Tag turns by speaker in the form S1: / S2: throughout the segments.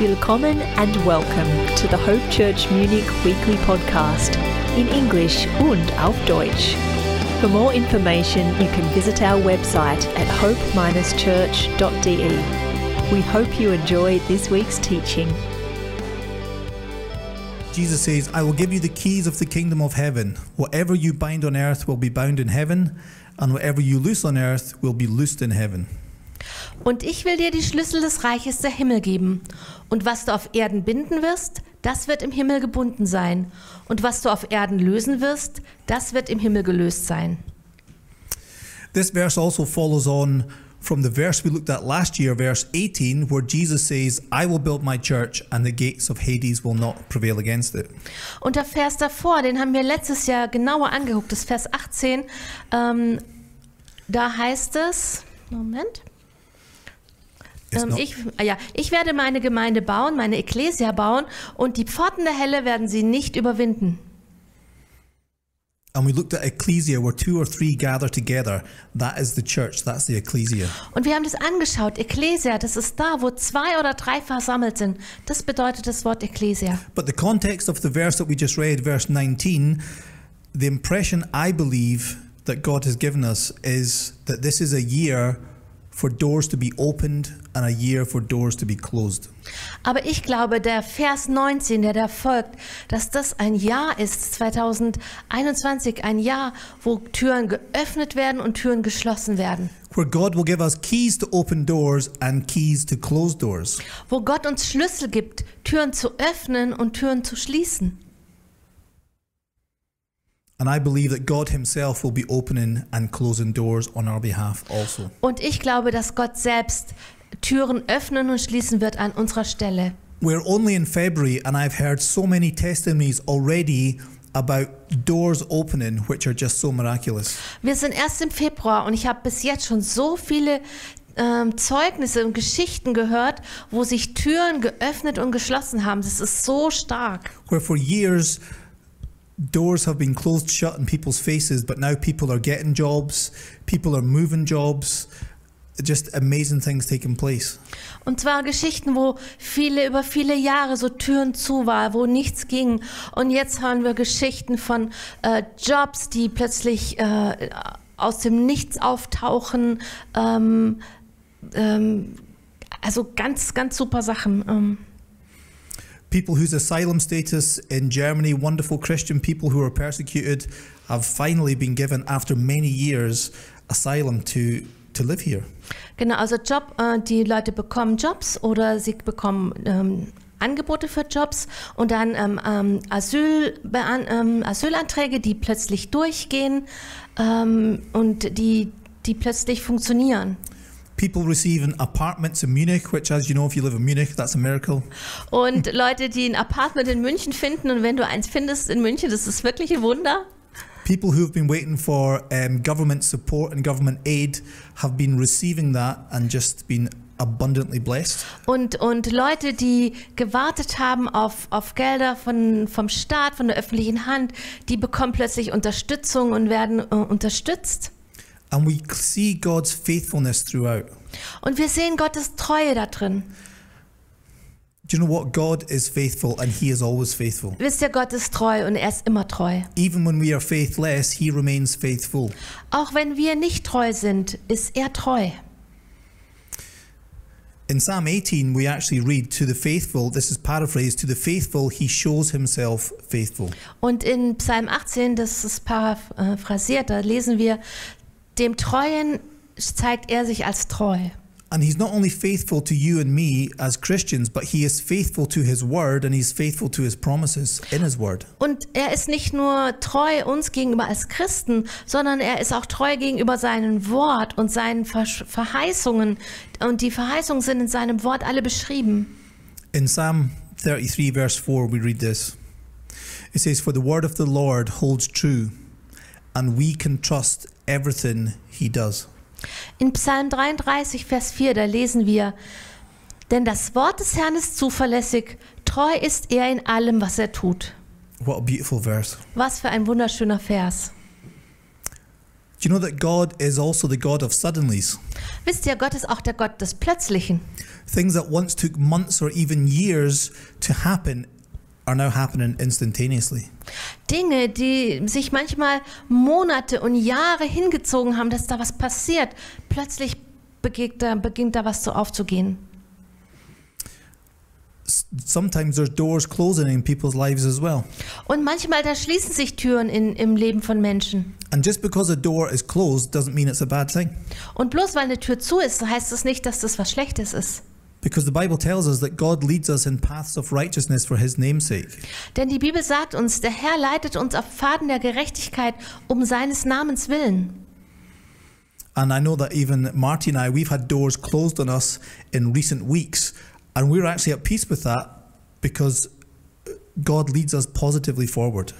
S1: Willkommen and welcome to the Hope Church Munich weekly podcast in English und auf Deutsch. For more information, you can visit our website at hope-church.de. E. We hope you enjoy this week's teaching.
S2: Jesus says, I will give you the keys of the kingdom of heaven. Whatever you bind on earth will be bound in heaven, and whatever you loose on earth will be loosed in heaven.
S3: Und ich will dir die Schlüssel des Reiches der Himmel geben. Und was du auf Erden binden wirst, das wird im Himmel gebunden sein. Und was du auf Erden lösen wirst, das wird im Himmel gelöst sein.
S2: This verse also follows on from the verse we looked at last year, verse 18, where Jesus says, I will build my church, and the gates of Hades will not prevail against it.
S3: Und der Vers davor, den haben wir letztes Jahr genauer angeguckt, das Vers 18, ähm, da heißt es, Moment.
S2: It's
S3: Ähm,
S2: not-
S3: ich, ah ja, ich werde meine Gemeinde bauen, meine Ekklesia bauen und die Pforten der Hölle werden sie nicht überwinden.
S2: and we looked at ecclesia, where two or three gather together. That is the church, that's the ecclesia.
S3: Und wir haben das angeschaut. Ekklesia, das ist da, wo zwei oder drei versammelt sind. Das bedeutet das Wort Ekklesia.
S2: But the context of the verse that we just read, verse 19, the impression I believe that God has given us is that this is a year for doors to be opened and a year for doors to be closed.
S3: Aber ich glaube, der Vers 19, der da folgt, dass das ein Jahr ist, 2021, ein Jahr, wo Türen geöffnet werden und Türen geschlossen werden.
S2: Where God will give us keys to open doors and keys to close doors.
S3: Wo Gott uns Schlüssel gibt, Türen zu öffnen und Türen zu schließen.
S2: And I believe that God Himself will be opening and closing doors on our behalf also.
S3: Und ich glaube, dass Gott selbst Türen öffnen und schließen wird an unserer Stelle.
S2: We're only in February, and I've heard so many testimonies already about doors opening, which are just so miraculous.
S3: Wir sind erst im Februar und ich habe bis jetzt schon so viele ähm, Zeugnisse und Geschichten gehört, wo sich Türen geöffnet und geschlossen haben. Das ist so stark.
S2: where for years doors have been closed shut in people's faces, but now people are getting jobs, people are moving jobs, just amazing things taking place.
S3: Und zwar Geschichten, wo viele über viele Jahre so Türen zu war, wo nichts ging. Und jetzt hören wir Geschichten von äh, Jobs, die plötzlich äh, aus dem Nichts auftauchen. Ähm, ähm, also ganz, ganz super Sachen. Ähm.
S2: People whose asylum status in Germany, wonderful Christian people who are persecuted, have finally been given, after many years, asylum to, to live here.
S3: Genau, also Job, äh, die Leute bekommen Jobs oder sie bekommen ähm, Angebote für Jobs und dann ähm, ähm, Asyl, bean- ähm, Asylanträge, die plötzlich durchgehen ähm, und die, die plötzlich funktionieren.
S2: People receiving apartments in Munich, which, as you know, if you live in Munich, that's a miracle.
S3: Und Leute, die ein Apartment in München finden und wenn du eins findest in München, das ist wirklich ein Wunder.
S2: People who have been waiting for um, government support and government aid have been receiving that and just been abundantly blessed.
S3: Und, und Leute, die gewartet haben auf, auf Gelder von, vom Staat, von der öffentlichen Hand, die bekommen plötzlich Unterstützung und werden äh, unterstützt.
S2: And we see God's faithfulness throughout.
S3: Und wir sehen Gottes Treue da drin.
S2: Do you know what? God is faithful and He is always faithful.
S3: Wisst ihr, Gott ist treu und er ist immer treu.
S2: Even when we are faithless, He remains faithful.
S3: Auch wenn wir nicht treu sind, ist er treu.
S2: In Psalm 18, we actually read, To the faithful, this is paraphrased, to the faithful, He shows Himself faithful.
S3: Und in Psalm 18, das ist paraphrasiert, da lesen wir, dem Treuen zeigt er sich als treu.
S2: And he's not only faithful to you and me as Christians, but he is faithful to his word and he's faithful to his promises in his word.
S3: Und er ist nicht nur treu uns gegenüber als Christen, sondern er ist auch treu gegenüber seinem Wort und seinen Versch- Verheißungen. Und die Verheißungen sind in seinem Wort alle beschrieben.
S2: In Psalm 33, verse 4, we read this. It says, For the word of the Lord holds true, and we can trust everything he does.
S3: In Psalm 33, Vers 4, da lesen wir, denn das Wort des Herrn ist zuverlässig, treu ist er in allem, was er tut.
S2: What a beautiful verse.
S3: Was für ein wunderschöner Vers.
S2: Do Do you know that God is also the God of suddenlies?
S3: Wisst ihr, Gott ist auch der Gott des Plötzlichen.
S2: Things that once took months or even years to happen are now happening instantaneously.
S3: Dinge, die sich manchmal Monate und Jahre hingezogen haben, dass da was passiert, plötzlich beginnt da, beginnt da was so aufzugehen.
S2: S- Sometimes there's doors closing in people's lives as well.
S3: Und manchmal, da schließen sich Türen in, im Leben von Menschen.
S2: And just because a door is closed doesn't mean it's a bad thing.
S3: Und bloß weil eine Tür zu ist, heißt das nicht, dass das was Schlechtes ist.
S2: Because the Bible tells us that God leads us in paths of righteousness for his namesake.
S3: Denn die Bibel sagt uns, der Herr leitet uns auf Pfaden der Gerechtigkeit um seines Namens willen.
S2: And I know that even Marty and I, we've had doors closed on us in recent weeks. And we're actually at peace with that because God leads us positively forward.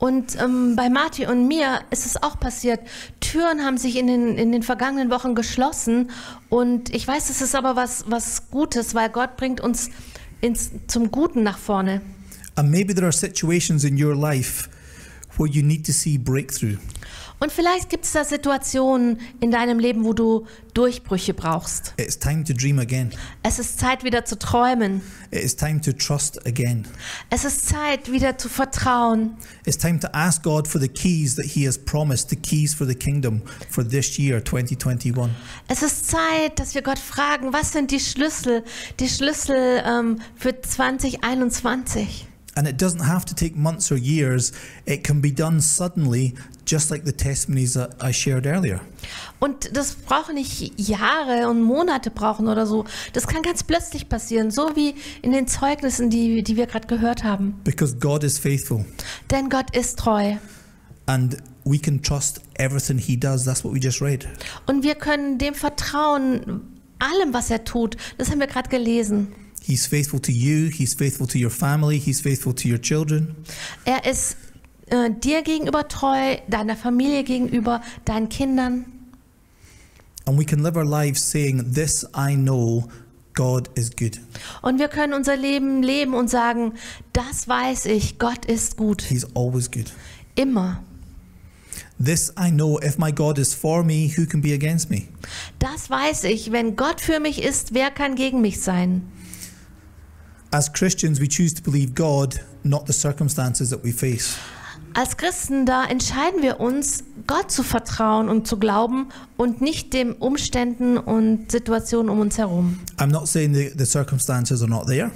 S3: Und ähm, bei Marti und mir ist es auch passiert. Türen haben sich in den, in den vergangenen Wochen geschlossen. Und ich weiß, es ist aber was, was Gutes, weil Gott bringt uns ins, zum Guten nach vorne.
S2: And maybe there are situations in your life where you need to see breakthrough.
S3: Und vielleicht gibt es da Situationen in deinem Leben, wo du Durchbrüche brauchst.
S2: It's time to dream again.
S3: Es ist Zeit, wieder zu träumen.
S2: It is time to trust again.
S3: Es ist Zeit, wieder zu vertrauen.
S2: It's time to ask God for the keys that He has promised, the keys for the kingdom for this year, 2021.
S3: Es ist Zeit, dass wir Gott fragen, was sind die Schlüssel, die Schlüssel ähm, für 2021?
S2: And it doesn't have to take months or years, it can be done suddenly, just like the testimonies that I shared earlier.
S3: Und das brauchen nicht Jahre und Monate brauchen oder so. Das kann ganz plötzlich passieren, so wie in den Zeugnissen, die, die wir gerade gehört haben.
S2: Because God is faithful
S3: Denn Gott ist treu.
S2: and we can trust everything He does. That's what we just read.
S3: Und wir können dem vertrauen, allem, was er tut. Das haben wir gerade gelesen.
S2: He's faithful to you, He's faithful to your family, He's faithful to your children.
S3: Er ist äh, dir gegenüber treu, deiner Familie gegenüber, deinen Kindern.
S2: And we can live our lives saying, This I know, God is good.
S3: Und wir können unser Leben leben und sagen, das weiß ich, Gott ist gut,
S2: He's always good.
S3: immer.
S2: This I know, if my God is for me, who can be against me?
S3: Das weiß ich, wenn Gott für mich ist, wer kann gegen mich sein?
S2: As Christians, we choose to believe God, not the circumstances that we face.
S3: Als Christen, da entscheiden wir uns, Gott zu vertrauen und zu glauben und nicht den Umständen und Situationen um uns herum.
S2: I'm not saying the, the circumstances are not there.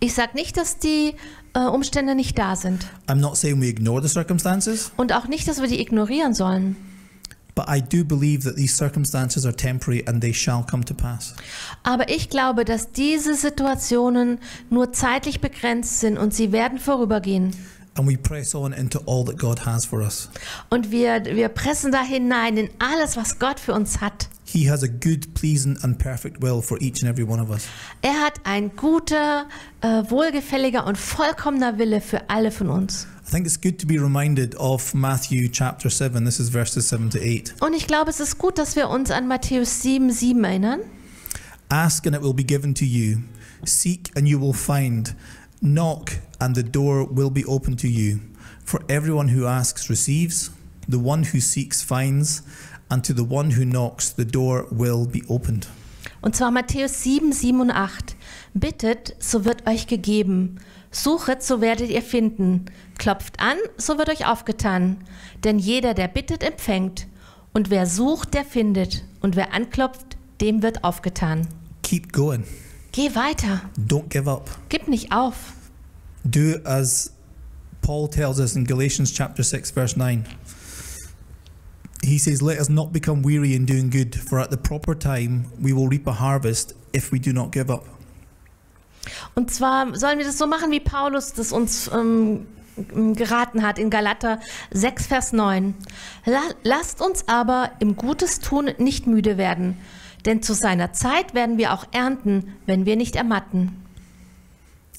S3: Ich sage nicht, dass die äh, Umstände nicht da sind
S2: I'm not saying we ignore the circumstances,
S3: und auch nicht, dass wir die ignorieren sollen.
S2: but I do believe that these circumstances are temporary and they shall come to pass.
S3: Aber ich glaube, dass diese Situationen nur zeitlich begrenzt sind und sie werden vorübergehen.
S2: And we press on into all that God has for us.
S3: Und wir, wir pressen da hinein in alles, was Gott für uns hat.
S2: He has a good, pleasing, and perfect will for each and every one of us.
S3: Er hat ein guter, äh, wohlgefälliger und vollkommener Wille für alle von uns.
S2: I think it's good to be reminded of Matthew chapter 7. This is verses 7 to 8.
S3: Und ich glaube, es ist gut, dass wir uns an Matthäus 7, 7 erinnern.
S2: Ask and it will be given to you. Seek and you will find. Knock and the door will be open to you. For everyone who asks receives, the one who seeks finds, and to the one who knocks the door will be opened.
S3: Und zwar Matthäus 7, 7 und 8. Bittet, so wird euch gegeben. Suchet, so werdet ihr finden. Klopft an, so wird euch aufgetan. Denn jeder, der bittet, empfängt. Und wer sucht, der findet. Und wer anklopft, dem wird aufgetan.
S2: Keep going.
S3: Geh weiter.
S2: Don't give up.
S3: Gib nicht auf.
S2: Do as Paul tells us in Galatians chapter 6 verse 9. He says, "Let us not become weary in doing good, for at the proper time we will reap a harvest if we do not give up."
S3: Und zwar sollen wir das so machen, wie Paulus das uns ähm, geraten hat in Galater 6, Vers 9. La lasst uns aber im Gutes tun nicht müde werden, denn zu seiner Zeit werden wir auch ernten, wenn wir nicht ermatten.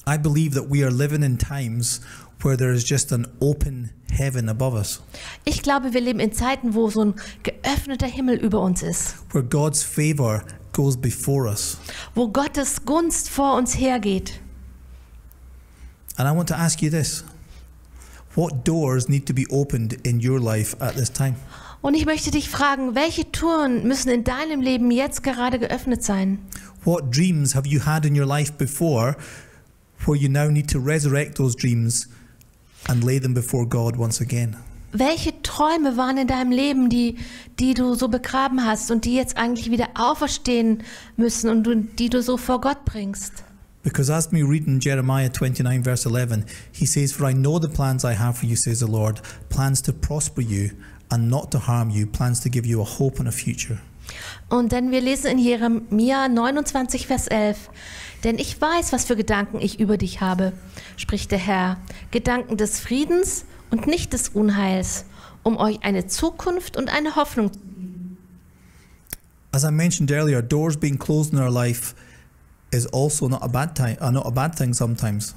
S2: I believe that we are living in times where there is just an open heaven above us,
S3: Ich glaube, wir leben in Zeiten, wo so ein geöffneter Himmel über uns ist,
S2: where God's favor goes before us.
S3: wo Gottes Gunst vor uns hergeht.
S2: And I want to ask you this what doors need to be opened in your life at this time?
S3: Und ich möchte dich fragen, welche Türen müssen in deinem Leben jetzt gerade geöffnet sein?
S2: What dreams have you had in your life before where you now need to resurrect those dreams and lay them before God once again?
S3: Welche Träume waren in deinem Leben, die, die du so begraben hast und die jetzt eigentlich wieder auferstehen müssen und du, die du so vor Gott bringst?
S2: Because as we read in Jeremiah 29, verse 11, he says, For I know the plans I have for you, says the Lord, plans to prosper you and not to harm you, plans to give you a hope and a future.
S3: Und denn wir lesen in Jeremia 29, Vers 11. Denn ich weiß, was für Gedanken ich über dich habe, spricht der Herr. Gedanken des Friedens und nicht des Unheils, um euch eine Zukunft und eine Hoffnung.
S2: As I mentioned earlier, doors being closed in our life is also not a bad, time, uh, not a bad thing sometimes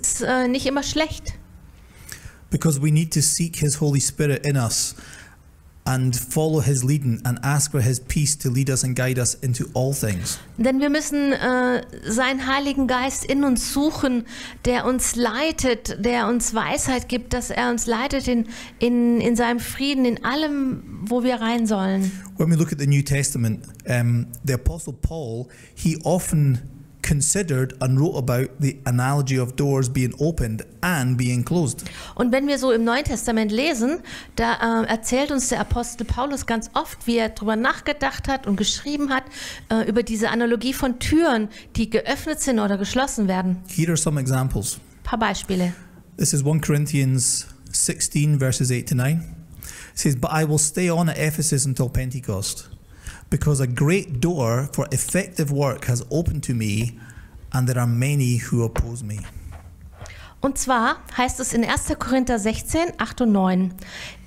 S3: Ist äh, nicht immer schlecht.
S2: because we need to seek His Holy Spirit in us and follow His leading and ask for His peace to lead us and guide us into all things.
S3: Denn wir müssen äh, seinen Heiligen Geist in uns suchen, der uns leitet, der uns Weisheit gibt, dass er uns leitet in, in, in seinem Frieden, in allem, wo wir rein sollen.
S2: When we look at the New Testament, um, the Apostle Paul, he often considered and wrote about the analogy of doors being opened and being closed.
S3: Und wenn wir so im Neuen Testament lesen, da äh, erzählt uns der Apostel Paulus ganz oft, wie er darüber nachgedacht hat und geschrieben hat, äh, über diese Analogie von Türen, die geöffnet sind oder geschlossen werden.
S2: Here are some examples.
S3: Ein paar Beispiele.
S2: This is 1 Corinthians 16, verses 8 to 9. It says, But I will stay on at Ephesus until Pentecost, because a great door for effective work has opened to me, and there are many who oppose me.
S3: Und zwar heißt es in 1. Korinther 16, 8 und 9.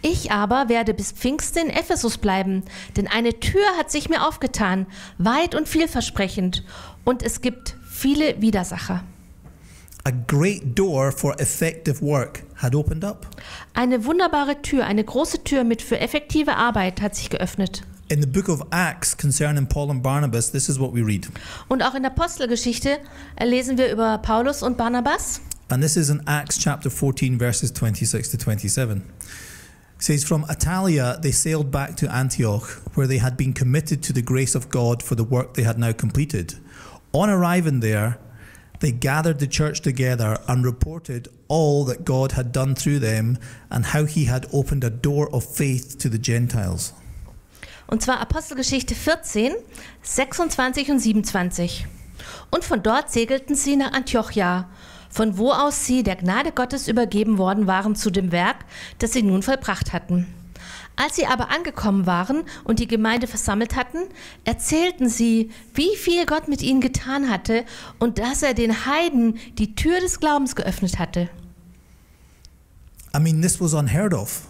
S3: Ich aber werde bis Pfingsten in Ephesus bleiben, denn eine Tür hat sich mir aufgetan, weit und vielversprechend, und es gibt viele Widersacher.
S2: A great door for effective work had opened up.
S3: Eine wunderbare Tür, eine große Tür mit für effektive Arbeit hat sich geöffnet.
S2: In the book of Acts concerning Paul and Barnabas, this is what we read.
S3: Und auch in der Apostelgeschichte äh, lesen wir über Paulus und Barnabas.
S2: And this is in Acts chapter 14, verses 26 to 27. It says, From Italia they sailed back to Antioch, where they had been committed to the grace of God for the work they had now completed. On arriving there, they gathered the church together and reported all that God had done through them and how he had opened a door of faith to the Gentiles.
S3: Und zwar Apostelgeschichte 14, 26 und 27. Und von dort segelten sie nach Antiochia, von wo aus sie der Gnade Gottes übergeben worden waren zu dem Werk, das sie nun vollbracht hatten. Als sie aber angekommen waren und die Gemeinde versammelt hatten, erzählten sie, wie viel Gott mit ihnen getan hatte und dass er den Heiden die Tür des Glaubens geöffnet hatte.
S2: I mean, this was unheard of.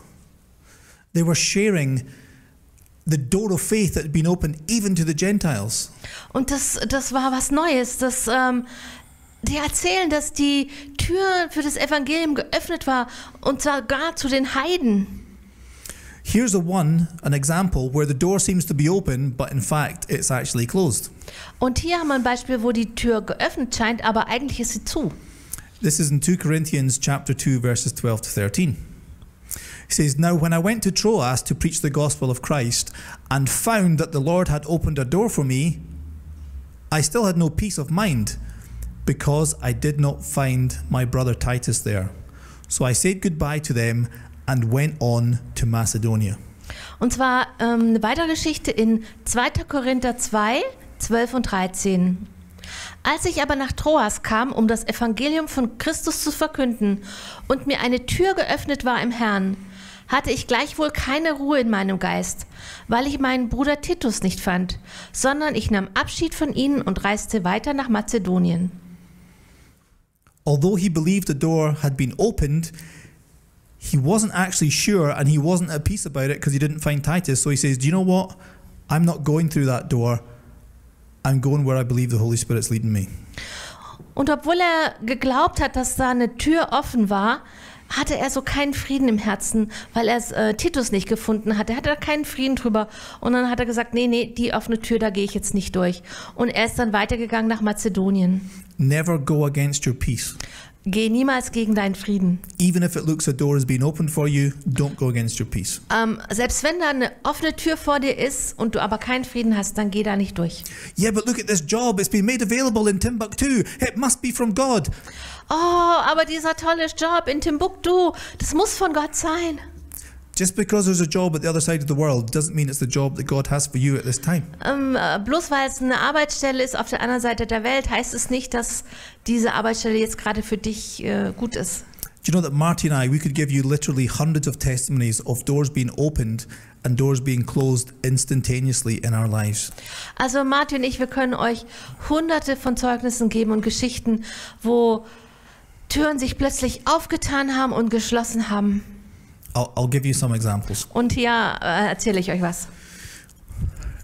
S2: They were sharing the door of faith that had been opened even to the Gentiles.
S3: Und das, das war was Neues. Das, ähm, die erzählen, dass die Tür für das Evangelium geöffnet war und zwar gar zu den Heiden.
S2: Here's a one, an example where the door seems to be open, but in fact it's actually closed.
S3: Und hier haben wir ein Beispiel, wo die Tür geöffnet scheint, aber eigentlich ist sie zu.
S2: This is in 2 Corinthians chapter 2 verses 12 to 13. He says, "Now when I went to Troas to preach the gospel of Christ and found that the Lord had opened a door for me, I still had no peace of mind because I did not find my brother Titus there. So I said goodbye to them and went on to Macedonia."
S3: Und zwar ähm, eine weitere Geschichte in 2. Korinther 2, 12 und 13. Als ich aber nach Troas kam, um das Evangelium von Christus zu verkünden und mir eine Tür geöffnet war im Herrn, hatte ich gleichwohl keine Ruhe in meinem Geist, weil ich meinen Bruder Titus nicht fand, sondern ich nahm Abschied von ihnen und reiste weiter nach Mazedonien.
S2: although he believed the door had been opened, he wasn't actually sure and he wasn't at peace about it because he didn't find Titus. So he says, Do you know what? I'm not going through that door. I'm going where I believe the Holy Spirit's leading me.
S3: Und obwohl er geglaubt hat, dass da eine Tür offen war, hatte er so keinen Frieden im Herzen, weil er äh, Titus nicht gefunden hat. Er hatte da keinen Frieden drüber. Und dann hat er gesagt, nee, nee, die offene Tür, da gehe ich jetzt nicht durch. Und er ist dann weitergegangen nach Mazedonien.
S2: Never go against your peace.
S3: Geh niemals gegen deinen Frieden.
S2: Even if it looks a door is being opened for you, don't go against your peace.
S3: Ähm, selbst wenn da eine offene Tür vor dir ist und du aber keinen Frieden hast, dann geh da nicht durch.
S2: Yeah, but look at this job. It's been made available in Timbuktu. It must be from God.
S3: Oh, aber dieser tolle Job in Timbuktu, das muss von Gott sein.
S2: Just because there's a job at the other side of the world doesn't mean it's the job that God has for you at this time.
S3: Ähm, äh, bloß weil es eine Arbeitsstelle ist auf der anderen Seite der Welt, heißt es nicht, dass diese Arbeitsstelle jetzt gerade für dich äh, gut ist.
S2: Do you know that Marty and I, we could give you literally hundreds of testimonies of doors being opened and doors being closed instantaneously in our lives.
S3: Also Martin und ich, wir können euch hunderte von Zeugnissen geben und Geschichten, wo Türen sich plötzlich aufgetan haben und geschlossen haben.
S2: I'll, I'll give you some examples.
S3: Und ja, äh, erzähle ich euch was.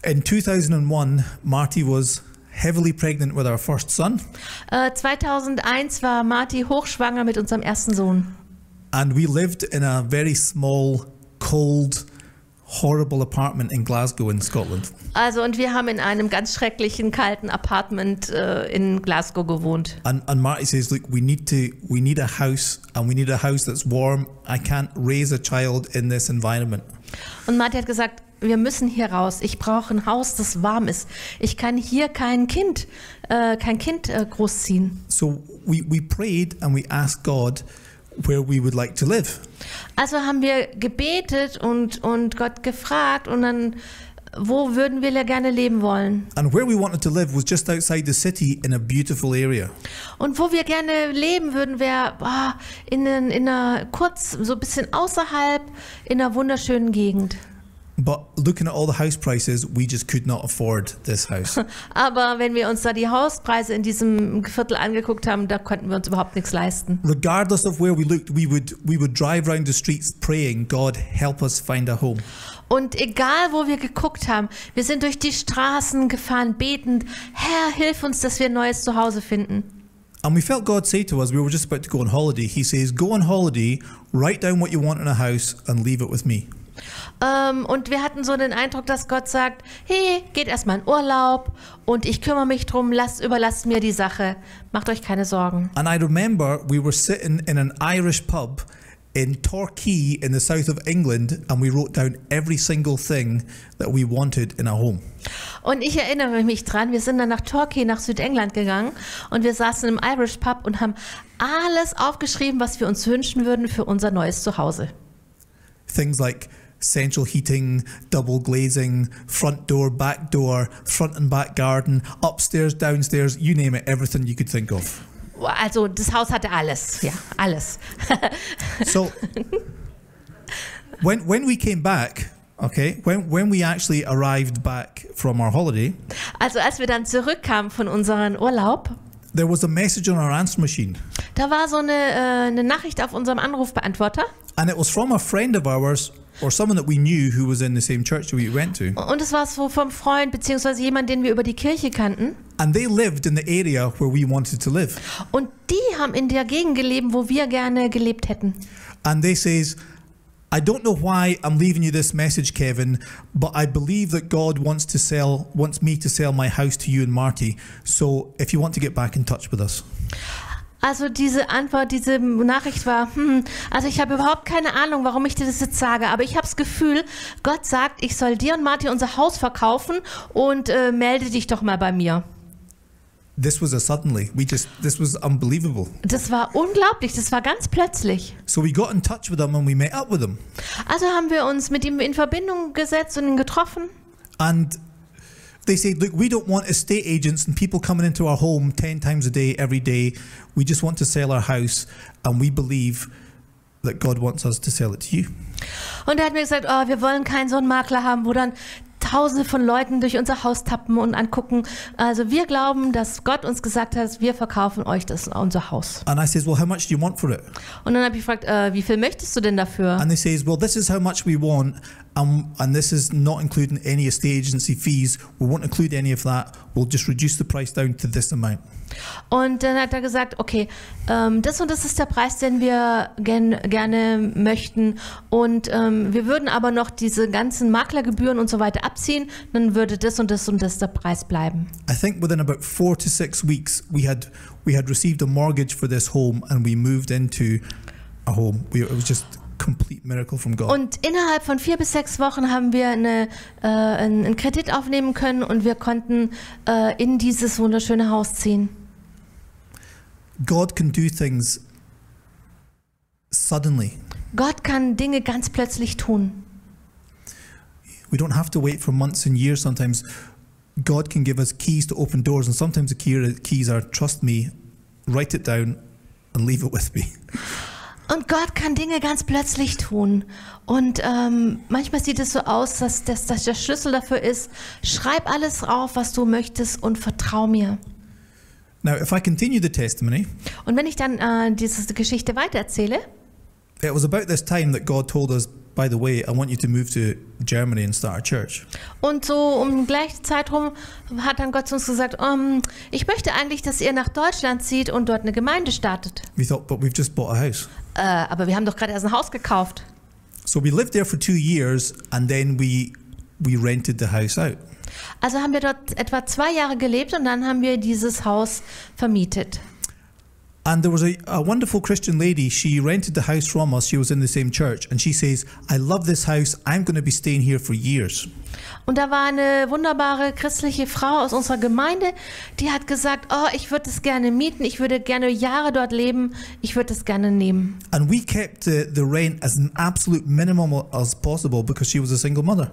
S2: In 2001, Marty was heavily pregnant with our first son,
S3: Äh, 2001 war Marti hochschwanger mit unserem ersten Sohn.
S2: and we lived in a very small, cold, horrible apartment in Glasgow, in Scotland.
S3: Also und wir haben in einem ganz schrecklichen kalten Apartment äh, in Glasgow gewohnt.
S2: And, and Marty says, "Look, we need to. We need a house, and we need a house that's warm. I can't raise a child in this environment."
S3: Und Marti hat gesagt, wir müssen hier raus. Ich brauche ein Haus, das warm ist. Ich kann hier kein Kind, äh, kein Kind äh, großziehen.
S2: So we we prayed and we asked God where we would like to live.
S3: Also haben wir gebetet und, und Gott gefragt und dann, wo würden wir gerne leben wollen?
S2: And where we wanted to live was just outside the city in a beautiful area.
S3: Und wo wir gerne leben würden, wäre boah, in, den- in einer kurz, so ein bisschen außerhalb, in einer wunderschönen Gegend.
S2: But looking at all the house prices, we just could not afford this house.
S3: Aber wenn wir uns da die Hauspreise in diesem Viertel angeguckt haben, da konnten wir uns überhaupt nichts leisten.
S2: Regardless of where we looked, we would we would drive round the streets praying, God help us find a home.
S3: Und egal, wo wir geguckt haben, wir sind durch die Straßen gefahren, betend, Herr, hilf uns, dass wir ein neues Zuhause finden.
S2: And we felt God say to us, we were just about to go on holiday. He says, Go on holiday, write down what you want in a house, and leave it with me.
S3: Ähm, und wir hatten so den Eindruck, dass Gott sagt, hey, geht erstmal in Urlaub und ich kümmere mich drum, lasst, überlasst mir die Sache, macht euch keine Sorgen.
S2: And I remember we were sitting in an Irish pub in Torquay in the south of England, and we wrote down every single thing that we wanted in a home.
S3: Und ich erinnere mich dran, wir sind dann nach Torquay, nach Südengland gegangen und wir saßen im Irish Pub und haben alles aufgeschrieben, was wir uns wünschen würden für unser neues Zuhause.
S2: Things like central heating, double glazing, front door, back door, front and back garden, upstairs, downstairs, you name it, everything you could think of.
S3: Also das Haus hatte alles, ja, alles.
S2: So when when we came back, okay, when when we actually arrived back from our holiday,
S3: Also als wir dann zurückkamen von unserem Urlaub,
S2: there was a message on our answer machine,
S3: da war so eine, äh, eine Nachricht auf unserem Anrufbeantworter
S2: and it was from a friend of ours or someone that we knew who was in the same church that we went to,
S3: und es war so vom Freund beziehungsweise jemand, den wir über die Kirche kannten.
S2: and they lived in the area where we wanted to live,
S3: Und die haben in der Gegend gelebt, wo wir gerne gelebt hätten.
S2: and they says. I don't know why I'm leaving you this message, Kevin, but I believe that God wants to sell wants me to sell my house to you and Marty. So if you want to get back in touch with us.
S3: Also diese Antwort, diese Nachricht war, hm, also ich habe überhaupt keine Ahnung, warum ich dir das jetzt sage, aber ich habe das Gefühl, Gott sagt, ich soll dir und Martin unser Haus verkaufen und äh, melde dich doch mal bei mir.
S2: this was a suddenly we just this was unbelievable
S3: Das war unglaublich, das war ganz plötzlich.
S2: so we got in touch with them and we met up with them
S3: Also haben wir uns mit ihm in Verbindung gesetzt und ihn getroffen.
S2: and they said look we don't want estate agents and people coming into our home 10 times a day every day we just want to sell our house and we believe that god wants us to sell it to you
S3: Und er hat mir gesagt, oh, wir wollen keinen so einen Makler haben, wo dann tausende von Leuten durch unser Haus tappen und angucken. Also wir glauben, dass Gott uns gesagt hat, wir verkaufen euch das unser Haus.
S2: and i says well how much do you want for it
S3: Und dann habe ich gefragt, äh, wie viel möchtest du denn dafür?
S2: and they says well this is how much we want um, and this is not including any estate agency fees we won't include any of that We'll just reduce the price down to this amount.
S3: Und dann hat er gesagt, okay, ähm, das und das ist der Preis, den wir gen, gerne möchten. Und ähm, wir würden aber noch diese ganzen Maklergebühren und so weiter abziehen. Dann würde das und das und das der Preis bleiben.
S2: I think within about four to six weeks, we had we had received a mortgage for this home, and we moved into a home. We, it was just complete miracle from God.
S3: Und innerhalb von vier bis sechs Wochen haben wir eine, äh, einen einen Kredit aufnehmen können und wir konnten äh, in dieses wunderschöne Haus ziehen.
S2: God can do things suddenly.
S3: Gott kann Dinge ganz plötzlich tun.
S2: We don't have to wait for months and years. Sometimes God can give us keys to open doors, and sometimes the key, keys are trust me, write it down, and leave it with me.
S3: Und Gott kann Dinge ganz plötzlich tun. Und ähm, manchmal sieht es so aus, dass, dass, dass der Schlüssel dafür ist, schreib alles auf, was du möchtest und vertrau mir.
S2: Now, if I continue the testimony,
S3: Und wenn ich dann äh, diese Geschichte weitererzähle,
S2: it was about this time that God told us, by the way, I want you to move to Germany and start a church.
S3: und so um gleiche Zeit rum hat dann Gott zu uns gesagt, ähm, ich möchte eigentlich, dass ihr nach Deutschland zieht und dort eine Gemeinde startet.
S2: We thought, but we've just bought a house.
S3: Äh, aber wir haben doch gerade erst ein Haus gekauft.
S2: So we lived there for two years, and then we we rented the house out.
S3: Also haben wir dort etwa zwei Jahre gelebt und dann haben wir dieses Haus vermietet.
S2: And there was a, a wonderful Christian lady. She rented the house from us. She was in the same church. And she says, I love this house. I'm going to be staying here for years.
S3: Und da war eine wunderbare christliche Frau aus unserer Gemeinde, die hat gesagt, oh, ich würde es gerne mieten, ich würde gerne Jahre dort leben, ich würde es gerne nehmen.
S2: And we kept the, the rent as an absolute minimum as possible because she was a single mother.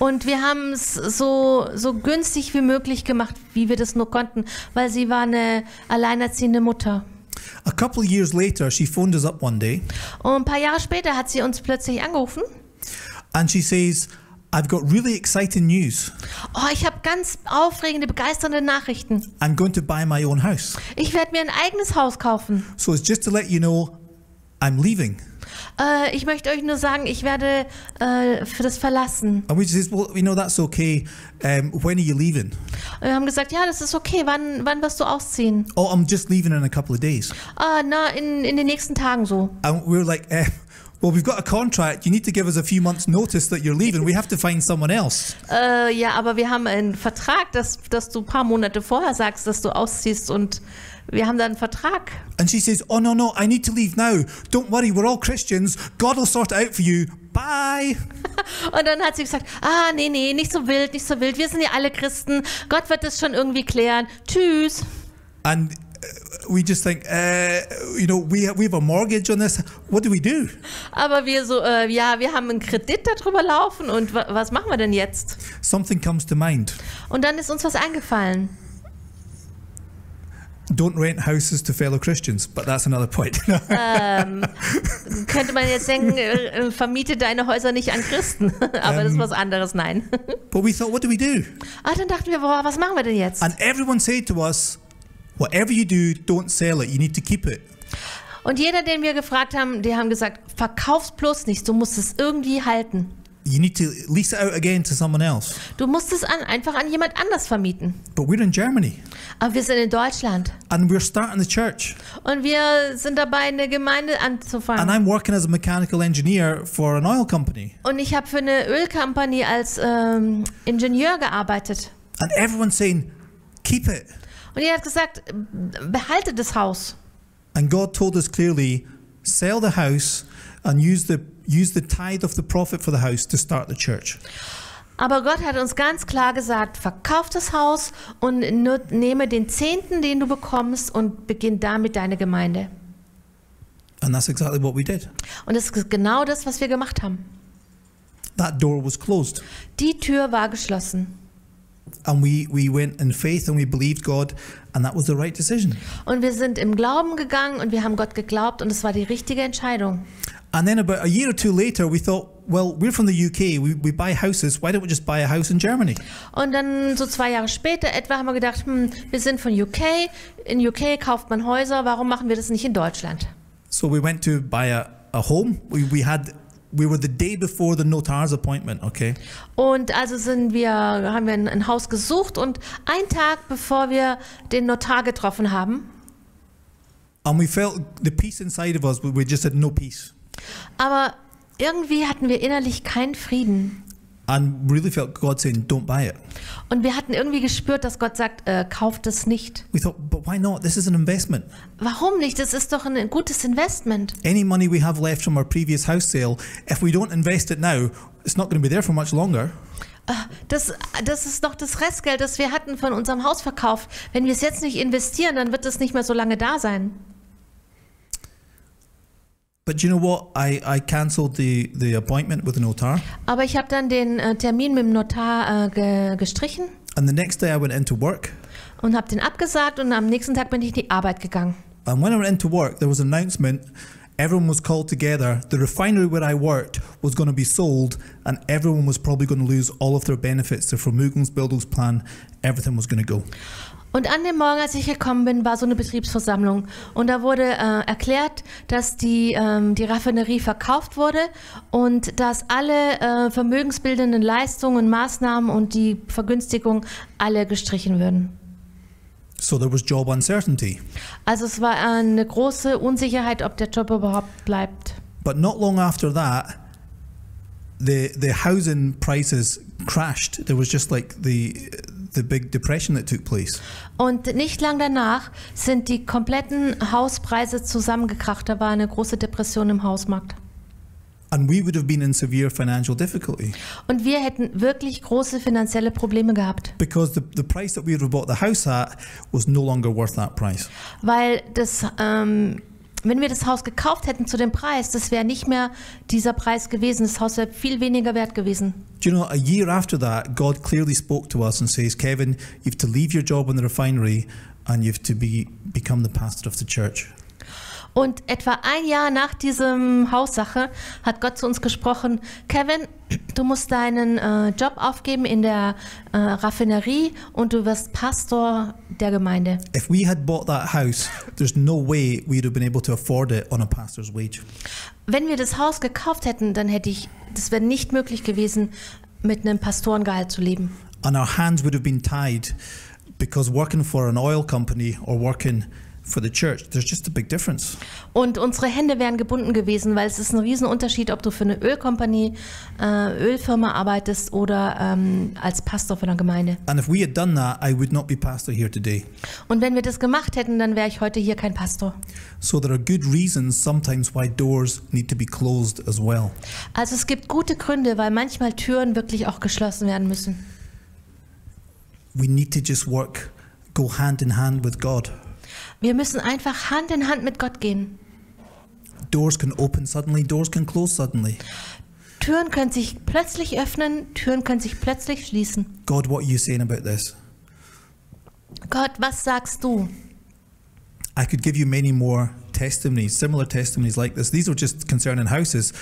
S3: Und wir haben es so, so günstig wie möglich gemacht, wie wir das nur konnten, weil sie war eine alleinerziehende Mutter.
S2: A couple of years later, she phoned us up one day
S3: Und ein paar Jahre später hat sie uns plötzlich angerufen.
S2: and she says, I've got really exciting news.
S3: Oh, ich habe ganz aufregende, begeisternde Nachrichten.
S2: I'm going to buy my own house.
S3: Ich werde mir ein eigenes Haus kaufen.
S2: So it's just to let you know, I'm leaving.
S3: Äh, ich möchte euch nur sagen, ich werde äh, für das verlassen.
S2: And we just says, well, you know, that's okay. Um, when are you leaving?
S3: Und wir haben gesagt, ja, das ist okay, wann, wann wirst du ausziehen?
S2: Oh, I'm just leaving in a couple of days.
S3: Ah, na, in, in den nächsten Tagen so.
S2: And we were like, eh, well, we've got a contract. You need to give us a few months' notice that you're leaving. We have to find someone else.
S3: Äh, ja, aber wir haben einen Vertrag, dass, dass du ein paar Monate vorher sagst, dass du ausziehst und wir haben da einen Vertrag.
S2: And she says, oh, no, no, I need to leave now. Don't worry, we're all Christians. God will sort it out for you. Bye.
S3: Und dann hat sie gesagt, ah, nee, nee, nicht so wild, nicht so wild, wir sind ja alle Christen, Gott wird das schon irgendwie klären. Tschüss.
S2: And uh, we just think, uh, you know, we have, we have a mortgage on this. What do we do?
S3: Aber wir so, äh, ja, wir haben einen Kredit darüber laufen und wa was machen wir denn jetzt?
S2: Something comes to mind.
S3: Und dann ist uns was eingefallen.
S2: Don't rent houses to fellow Christians, but that's another point.
S3: Könnte man jetzt denken, äh, äh, vermiete deine Häuser nicht an Christen. Aber das ist was anderes, nein.
S2: but we thought, what do we do?
S3: Ah, dann dachten wir, boah, was machen wir denn jetzt?
S2: And everyone said to us, whatever you do, don't sell it. You need to keep it.
S3: Und jeder, den wir gefragt haben, die haben gesagt, verkauf's bloß nicht, du musst es irgendwie halten.
S2: You need to lease it out again to someone else.
S3: Du musst es an, einfach an jemand anders vermieten.
S2: But we're in Germany
S3: Aber wir sind in Deutschland
S2: and we're starting the church.
S3: und wir sind dabei, eine Gemeinde
S2: And
S3: anzufangen.
S2: I'm working as a mechanical engineer for an oil company.
S3: Und ich habe für eine Ölkompanie als ähm, Ingenieur gearbeitet.
S2: And everyone's saying, keep it.
S3: Und er hat gesagt, behalte das Haus.
S2: And God told us clearly, sell the house and use the use the tithe of the profit for the house to start the church.
S3: Aber Gott hat uns ganz klar gesagt, verkauf das Haus und nur, nehme den Zehnten, den du bekommst und beginn damit deine Gemeinde.
S2: And that's exactly what we did.
S3: Und das ist genau das, was wir gemacht haben.
S2: That door was closed.
S3: Die Tür war geschlossen.
S2: And we, we went in faith and we believed God and that was the right decision.
S3: Und wir sind im Glauben gegangen und wir haben Gott geglaubt und es war die richtige Entscheidung.
S2: And then about a year or two later we thought, well, we're from the UK, we, we buy houses, why don't we just buy a house in Germany?
S3: Und dann so zwei Jahre später etwa haben wir gedacht, hm, wir sind von UK, in UK kauft man Häuser, warum machen wir das nicht in Deutschland?
S2: So we went to buy a, a home. We, we had we were the day before the notar's appointment, okay?
S3: Und also sind wir, haben wir ein, ein Haus gesucht und einen Tag bevor wir den Notar getroffen haben,
S2: And we felt the peace inside of us, but we just had no peace.
S3: aber irgendwie hatten wir innerlich keinen Frieden.
S2: And really felt God saying, don't buy it.
S3: Und wir hatten irgendwie gespürt, dass Gott sagt, äh, kauft es nicht.
S2: We thought, but why not? This is an investment.
S3: Warum nicht? Das ist doch ein gutes Investment.
S2: Any money we have left from our previous house sale, if we don't invest it now, it's not going to be there for much longer.
S3: Äh, Das, das ist noch das Restgeld, das wir hatten von unserem Hausverkauf. Wenn wir es jetzt nicht investieren, dann wird es nicht mehr so lange da sein.
S2: But you know what? I, I cancelled the, the appointment with the notar.
S3: Aber ich habe dann den äh, Termin mit dem Notar äh, ge gestrichen
S2: And the next day I went into work.
S3: und habe den abgesagt und am nächsten Tag bin ich in die Arbeit gegangen.
S2: And when I went into work, there was an announcement. Everyone was called together. The refinery where I worked was going to be sold, and everyone was probably going to lose all of their benefits. The Vermögensbildungsplan, everything was going to go.
S3: Und an dem Morgen, als ich gekommen bin, war so eine Betriebsversammlung. Und da wurde äh, erklärt, dass die, ähm, die Raffinerie verkauft wurde und dass alle äh, vermögensbildenden Leistungen, Maßnahmen und die Vergünstigung alle gestrichen würden.
S2: So there was job uncertainty.
S3: Also es war eine große Unsicherheit, ob der Job überhaupt bleibt.
S2: But not long after that, the the housing prices crashed. There was just like the the big depression that took place.
S3: Und nicht lang danach sind die kompletten Hauspreise zusammengekracht. Da war eine große Depression im Hausmarkt.
S2: And we would have been in severe financial difficulty
S3: Und wir hätten wirklich große finanzielle Probleme gehabt,
S2: because the, the price that we would have bought the house at was no longer worth that price.
S3: weil das, ähm, wenn wir das Haus gekauft hätten zu dem Preis, das wäre nicht mehr dieser Preis gewesen. Das Haus wäre viel weniger wert gewesen.
S2: Do you know, a year after that, God clearly spoke to us and says, Kevin, you have to leave your job in the refinery and you have to be, become the pastor of the church.
S3: Und etwa ein Jahr nach diesem Haussache hat Gott zu uns gesprochen, Kevin, du musst deinen äh, Job aufgeben in der äh, Raffinerie und du wirst Pastor der Gemeinde.
S2: If we had bought that house, there's no way we'd have been able to afford it on a pastor's wage.
S3: Wenn wir das Haus gekauft hätten, dann hätte ich, das wäre nicht möglich gewesen, mit einem Pastorengehalt zu leben.
S2: And our hands would have been tied because working for an oil company or working for the church, there's just a big difference.
S3: Und unsere Hände wären gebunden gewesen, weil es ist ein Riesenunterschied, ob du für eine Ölkompanie, äh, Ölfirma arbeitest oder ähm, als Pastor für eine Gemeinde.
S2: And if we had done that, I would not be pastor here today.
S3: Und wenn wir das gemacht hätten, dann wäre ich heute hier kein Pastor.
S2: So there are good reasons sometimes why doors need to be closed as well.
S3: Also es gibt gute Gründe, weil manchmal Türen wirklich auch geschlossen werden müssen.
S2: we need to just work, go hand in hand with God.
S3: Wir müssen einfach Hand in Hand mit Gott gehen.
S2: Doors can open suddenly, doors can close suddenly.
S3: Türen können sich plötzlich öffnen, Türen können sich plötzlich schließen.
S2: God, what are you saying about this?
S3: Gott, was sagst du?
S2: I could give you many more testimonies, similar testimonies like this. These are just concerning houses.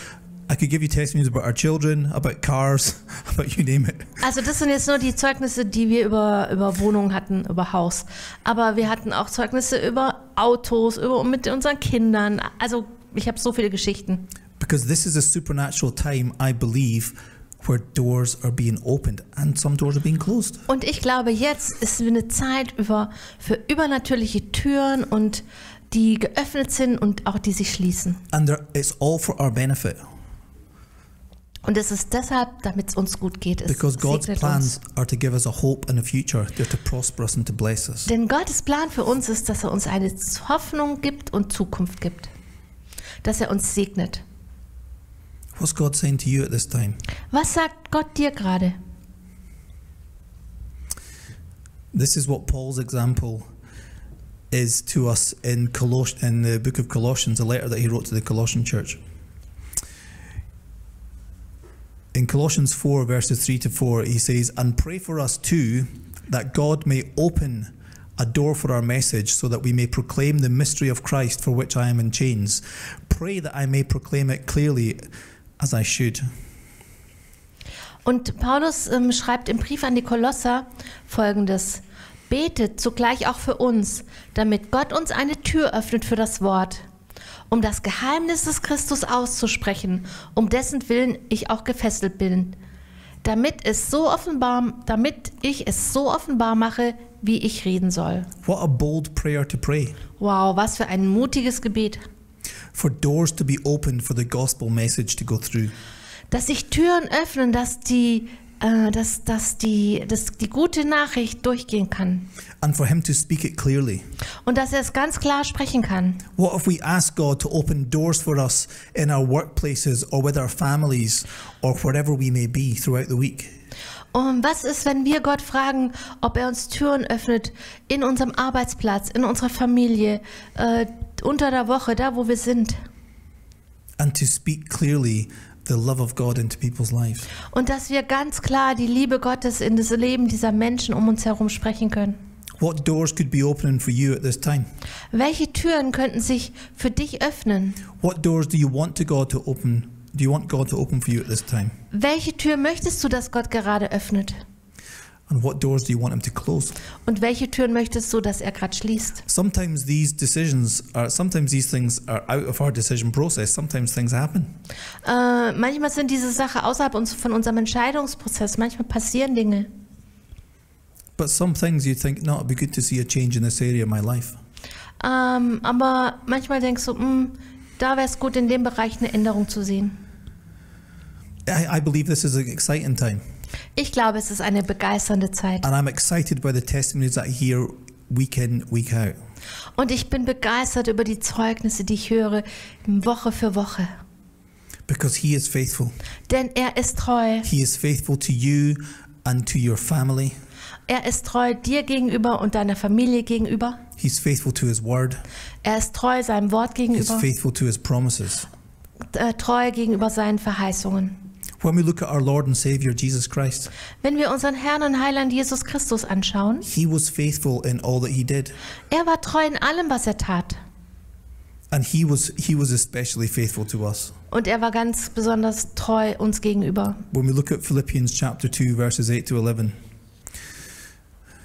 S2: I could give you testimonies about our children, about cars, about you name it.
S3: Also das sind jetzt nur die Zeugnisse, die wir über, über Wohnungen hatten, über Haus. Aber wir hatten auch Zeugnisse über Autos, über mit unseren Kindern. Also ich habe so viele Geschichten.
S2: Because this is a supernatural time, I believe, where doors are being opened and some doors are being closed.
S3: Und ich glaube, jetzt ist eine Zeit über, für übernatürliche Türen und die geöffnet sind und auch die sich schließen.
S2: And there, it's all for our benefit
S3: Und es ist deshalb, damit es uns gut geht. Es
S2: because God's
S3: segnet
S2: plans
S3: uns.
S2: are to give us a hope and a future. They're to prosper us and to bless us.
S3: Denn Gottes Plan für uns ist, dass er uns eine Hoffnung gibt und Zukunft gibt. Dass er uns segnet.
S2: What's God saying to you at this time?
S3: Was sagt Gott dir gerade?
S2: This is what Paul's example is to us in Colos- in the book of Colossians, a letter that he wrote to the Colossian church. In Colossians 4, verses 3 to 4, he says, And pray for us too, that God may open a door for our message, so that we may proclaim the mystery of Christ for which I am in chains. Pray that I may proclaim it clearly as I should.
S3: Und Paulus ähm, schreibt im Brief an die Kolosser folgendes: Betet zugleich auch für uns, damit Gott uns eine Tür öffnet für das Wort um das Geheimnis des Christus auszusprechen, um dessen Willen ich auch gefesselt bin, damit es so offenbar, damit ich es so offenbar mache, wie ich reden soll.
S2: What a bold prayer to pray.
S3: Wow, was für ein mutiges Gebet,
S2: For doors to be opened for the gospel message to go through.
S3: dass sich Türen öffnen, dass die, äh, dass, dass die, dass die gute Nachricht durchgehen kann
S2: And for him to speak it clearly.
S3: und dass er es ganz klar sprechen kann.
S2: What if we ask God to open doors for us in our workplaces or with our families or wherever we may be throughout the week?
S3: Und was ist, wenn wir Gott fragen, ob er uns Türen öffnet in unserem Arbeitsplatz, in unserer Familie, äh, unter der Woche, da wo wir sind?
S2: And to speak clearly the love of God into people's lives.
S3: Und dass wir ganz klar die Liebe Gottes in das Leben dieser Menschen um uns herum sprechen können.
S2: What doors could be opening for you at this time?
S3: Welche Türen könnten sich für dich öffnen?
S2: What doors do you want to God to open? Do you want God to open for you at this time?
S3: Welche Tür möchtest du, dass Gott gerade öffnet?
S2: And what doors do you want him to close?
S3: Und welche Türen möchtest du, dass er gerade schließt?
S2: Sometimes these decisions are sometimes these things are out of our decision process. Sometimes things happen.
S3: Äh, manchmal sind diese Sachen außerhalb uns von unserem Entscheidungsprozess. Manchmal passieren Dinge.
S2: But some things you think, no, it'd be good to see a change in this area of my life.
S3: Ähm, aber manchmal denkst du, "Hm, da wäre es gut, in dem Bereich eine Änderung zu sehen.
S2: I, I believe this is an exciting time.
S3: Ich glaube, es ist eine begeisternde Zeit.
S2: And I'm excited by the testimonies that I hear week in, week out.
S3: Und ich bin begeistert über die Zeugnisse, die ich höre, Woche für Woche.
S2: Because he is faithful.
S3: Denn er ist treu.
S2: He is faithful to you and to your family.
S3: Er ist treu dir gegenüber und deiner Familie gegenüber.
S2: He's faithful to his word.
S3: Er ist treu seinem Wort
S2: He's
S3: gegenüber,
S2: faithful to his promises.
S3: äh, treu gegenüber seinen Verheißungen.
S2: When we look at our Lord and Savior Jesus Christ,
S3: Wenn wir unseren Herrn und Heiland Jesus Christus anschauen,
S2: he was faithful in all that he did.
S3: er war treu in allem, was er tat.
S2: And he was he was especially faithful to us.
S3: Und er war ganz besonders treu uns gegenüber.
S2: When we look at Philippians chapter 2 verses 8 to 11,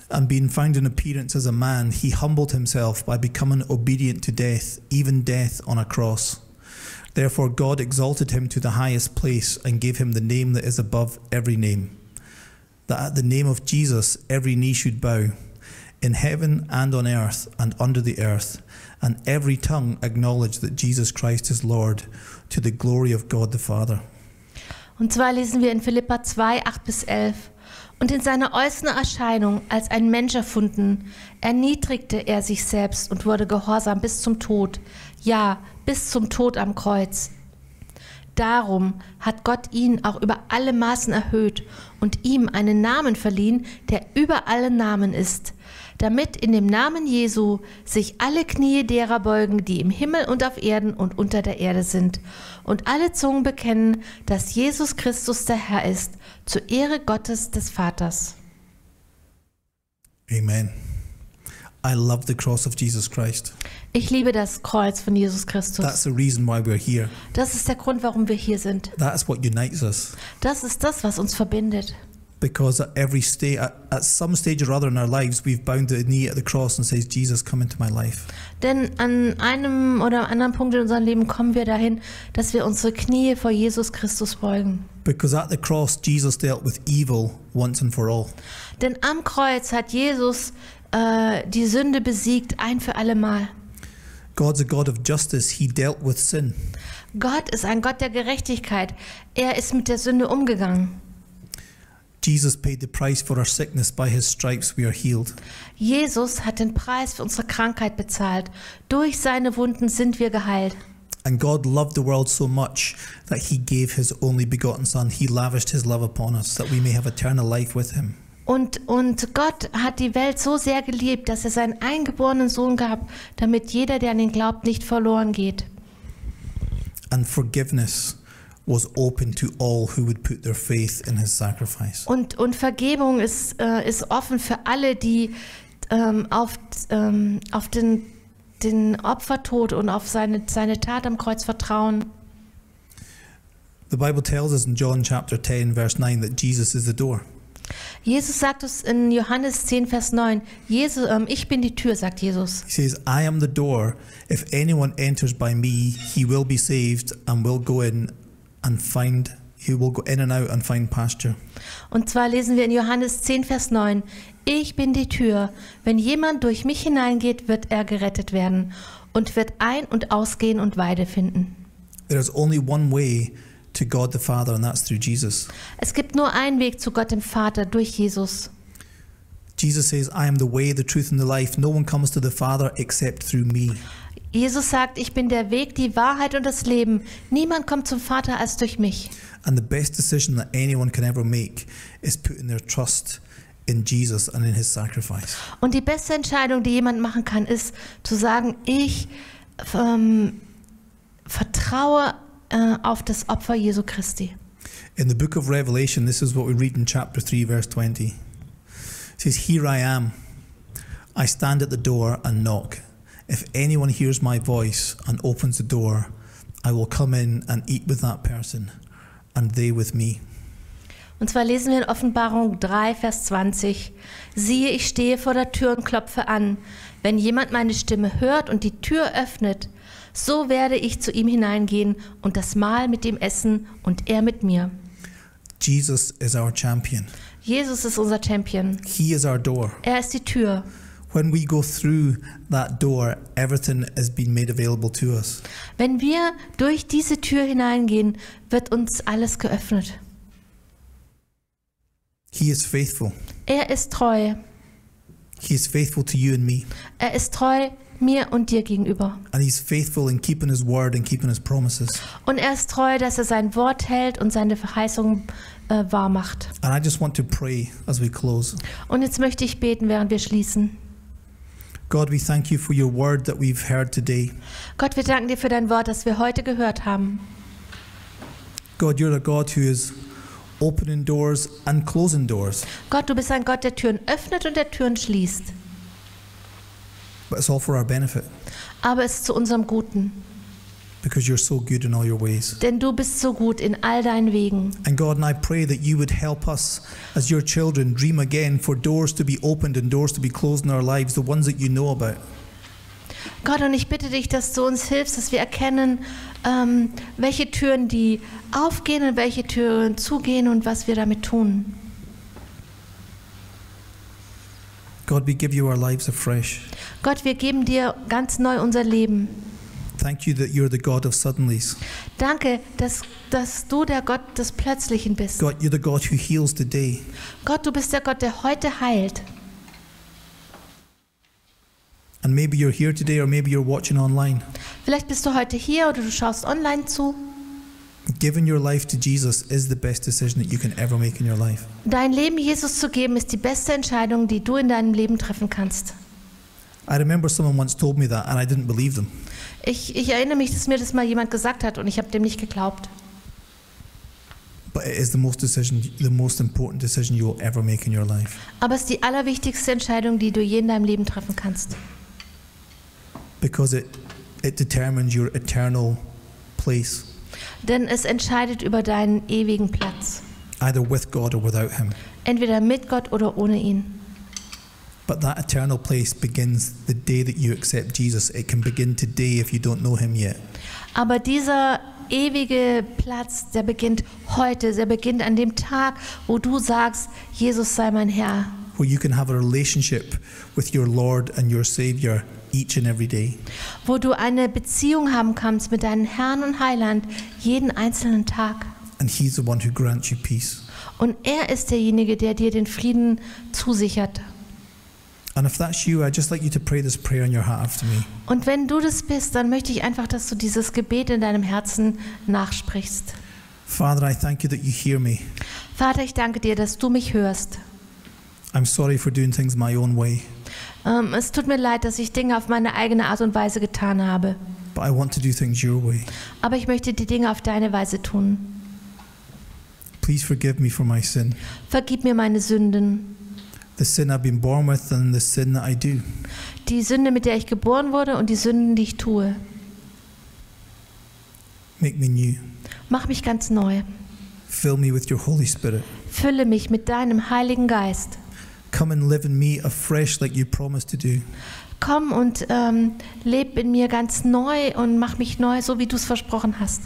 S2: and being found in appearance as a man, he humbled himself by becoming obedient to death, even death on a cross. Therefore God exalted him to the highest place and gave him the name that is above every name. That at the name of Jesus every knee should bow, in heaven and on earth and under the earth, and every tongue acknowledge that Jesus Christ is Lord, to the glory of God the Father.
S3: Und zwar lesen wir in Philippa 2, 8 bis 11. Und in seiner äußeren Erscheinung als ein Mensch erfunden, erniedrigte er sich selbst und wurde gehorsam bis zum Tod, ja, bis zum Tod am Kreuz. Darum hat Gott ihn auch über alle Maßen erhöht und ihm einen Namen verliehen, der über alle Namen ist, damit in dem Namen Jesu sich alle Knie derer beugen, die im Himmel und auf Erden und unter der Erde sind, und alle Zungen bekennen, dass Jesus Christus der Herr ist, zur Ehre Gottes des Vaters.
S2: Amen. I love the cross of Jesus Christ.
S3: Ich liebe das Kreuz von Jesus Christus.
S2: That's the reason why we're here.
S3: Das ist der Grund, warum wir hier sind.
S2: That's what unites us.
S3: Das ist das, was uns verbindet.
S2: Because at every stage, at, at some stage or other in our lives, we've bound the knee at the cross and says, "Jesus, come into my life."
S3: Denn an einem oder anderen Punkt in unserem Leben kommen wir dahin, dass wir unsere Knie vor Jesus Christus beugen.
S2: Because at the cross, Jesus dealt with evil once and for all.
S3: Denn am Kreuz hat Jesus äh, die Sünde besiegt, ein für allemal.
S2: God's a God of justice. He dealt with sin.
S3: Gott ist ein Gott der Gerechtigkeit. Er ist mit der Sünde umgegangen.
S2: Jesus paid the price for our sickness. By his stripes, we are healed.
S3: Jesus hat den Preis für unsere Krankheit bezahlt. Durch seine Wunden sind wir geheilt.
S2: And God loved the world so much that he gave his only begotten Son. He lavished his love upon us that we may have eternal life with him.
S3: Und, und Gott hat die Welt so sehr geliebt, dass er seinen eingeborenen Sohn gab, damit jeder, der an ihn glaubt, nicht verloren geht.
S2: and forgiveness was open to all who would put their faith in his sacrifice.
S3: Und, und Vergebung ist, äh, ist offen für alle, die ähm, auf, ähm, auf den, den Opfertod und auf seine, seine Tat am Kreuz vertrauen.
S2: The Bible tells us in John chapter 10, verse 9, that Jesus is the door.
S3: Jesus sagt es in Johannes 10, Vers 9. Jesus, ähm, ich bin die Tür, sagt Jesus.
S2: He says, I am the door. If anyone enters by me, he will be saved and will go in and find, he will go in and out and find pasture.
S3: Und zwar lesen wir in Johannes 10, Vers 9. Ich bin die Tür. Wenn jemand durch mich hineingeht, wird er gerettet werden und wird ein- und ausgehen und Weide finden.
S2: There is only one way to God the Father, and that's through Jesus.
S3: Es gibt nur einen Weg zu Gott dem Vater durch Jesus.
S2: Jesus says, I am the way, the truth, and the life. No one comes to the Father except through me.
S3: Jesus sagt, ich bin der Weg, die Wahrheit und das Leben. Niemand kommt zum Vater als durch mich.
S2: And the best decision that anyone can ever make is putting their trust in Jesus and in his sacrifice.
S3: Und die beste Entscheidung, die jemand machen kann, ist zu sagen, ich ähm, vertraue äh, auf das Opfer Jesu Christi.
S2: In the book of Revelation, this is what we read in chapter 3, verse 20. It says, Here I am. I stand at the door and knock. If anyone hears my voice and opens the door, I will come in and eat with that person and they with me.
S3: Und zwar lesen wir in Offenbarung 3, Vers 20. Siehe, ich stehe vor der Tür und klopfe an. Wenn jemand meine Stimme hört und die Tür öffnet, so werde ich zu ihm hineingehen und das Mahl mit ihm essen und er mit mir.
S2: Jesus is our champion,
S3: Jesus ist unser Champion.
S2: He is our door.
S3: Er ist die Tür.
S2: When we go through that door, everything has been made available to us.
S3: Wenn wir durch diese Tür hineingehen, wird uns alles geöffnet.
S2: He is faithful.
S3: Er ist treu.
S2: He is faithful to you and me,
S3: Er ist treu mir und dir gegenüber.
S2: and He's faithful in keeping His word and keeping His promises.
S3: Und er ist treu, dass er sein Wort hält und seine Verheißungen äh, wahr macht.
S2: And I just want to pray as we close.
S3: Und jetzt möchte ich beten, während wir schließen.
S2: God, we thank you for your word that we've heard today.
S3: Gott, wir danken dir für dein Wort, das wir heute gehört haben.
S2: God, you're a God who is opening doors and closing doors,
S3: Gott, du bist ein Gott, der Türen öffnet und der Türen schließt.
S2: but it's all for our benefit
S3: Aber es ist zu unserem Guten.
S2: because you're so good in all your ways.
S3: Denn du bist so gut in all deinen Wegen.
S2: And God, and I pray that you would help us as your children dream again for doors to be opened and doors to be closed in our lives, the ones that you know about.
S3: Gott, und ich bitte dich, dass du uns hilfst, dass wir erkennen, ähm, welche Türen die aufgehen und welche Türen zugehen und was wir damit tun.
S2: God, we give you our lives afresh.
S3: Gott, wir geben dir ganz neu unser Leben.
S2: Thank you that you're the God of suddenlies.
S3: Danke, dass, dass du der Gott des Plötzlichen bist.
S2: God, you're the God who heals today.
S3: Gott, du bist der Gott, der heute heilt.
S2: And maybe you're here today or maybe you're watching online.
S3: Vielleicht bist du heute hier oder du schaust online zu.
S2: Giving your life to Jesus is the best decision that you can ever make in your life.
S3: Dein Leben Jesus zu geben, ist die beste Entscheidung, die du in deinem Leben treffen kannst.
S2: I remember someone once told me that and I didn't believe them.
S3: Ich, ich erinnere mich, dass mir das mal jemand gesagt hat und ich habe dem nicht geglaubt.
S2: But it is the most decision the most important decision you will ever make in your life.
S3: Aber es ist die allerwichtigste Entscheidung, die du je in deinem Leben treffen kannst.
S2: Because it it determines your eternal place,
S3: Denn es entscheidet über deinen ewigen Platz.
S2: either with God or without him.
S3: Entweder mit Gott oder ohne ihn.
S2: But that eternal place begins the day that you accept Jesus. It can begin today if you don't know him yet.
S3: Aber dieser ewige Platz, der beginnt heute, der beginnt an dem Tag, wo du sagst, Jesus sei mein Herr.
S2: where you can have a relationship with your Lord and your Savior each and every day.
S3: Wo du eine Beziehung haben kannst mit deinem Herrn und Heiland jeden einzelnen Tag.
S2: And He's the one who grants you peace.
S3: Und er ist derjenige, der dir den Frieden zusichert.
S2: And if that's you, I'd just like you to pray this prayer in your heart after me.
S3: Und wenn du das bist, dann möchte ich einfach, dass du dieses Gebet in deinem Herzen nachsprichst.
S2: Father, I thank you that you hear me.
S3: Vater, ich danke dir, dass du mich hörst.
S2: I'm sorry for doing things my own way,
S3: Ähm, es tut mir leid, dass ich Dinge auf meine eigene Art und Weise getan habe.
S2: but I want to do things your way.
S3: Aber ich möchte die Dinge auf deine Weise tun.
S2: Please forgive me for my sin,
S3: Vergib mir meine Sünden.
S2: the sin I've been born with and the sin that I do.
S3: Die Sünde, mit der ich geboren wurde und die Sünden, die ich tue.
S2: Make me new.
S3: Mach mich ganz neu.
S2: Fill me with your Holy Spirit.
S3: Fülle mich mit deinem Heiligen Geist.
S2: Come and live in me afresh like you promised to do.
S3: Komm und ähm, leb in mir ganz neu und mach mich neu, so wie du es versprochen hast.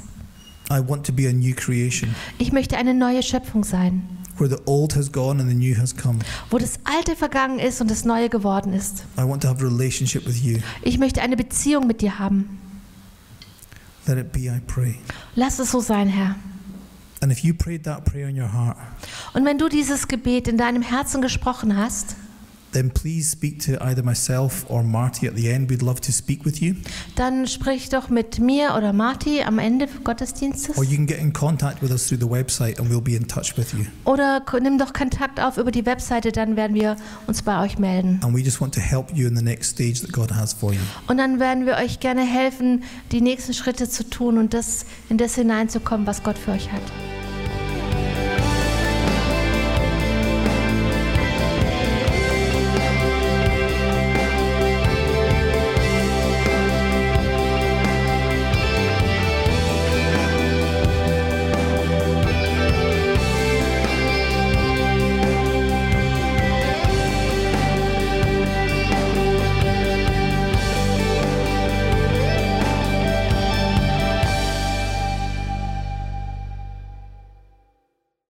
S2: I want to be a new creation
S3: Ich möchte eine neue Schöpfung sein,
S2: where the old has gone and the new has come.
S3: wo das Alte vergangen ist und das Neue geworden ist.
S2: I want to have a relationship with you.
S3: Ich möchte eine Beziehung mit dir haben.
S2: Let it be, I pray.
S3: Lass es so sein, Herr.
S2: And if you prayed that prayer in your heart,
S3: Und wenn du dieses Gebet in deinem Herzen gesprochen hast,
S2: then please speak to either myself or Marty at the end. We'd love to speak with you.
S3: dann sprich doch mit mir oder Marti am Ende
S2: Or
S3: Gottesdienstes.
S2: you can get in contact with us through the website and we'll be in touch with you.
S3: Oder k- nimm doch Kontakt auf über die Webseite, dann werden wir uns bei euch melden.
S2: And we just want to help you in the next stage that God has for you.
S3: Und dann werden wir euch gerne helfen, die nächsten Schritte zu tun und das in das hineinzukommen, was Gott für euch hat.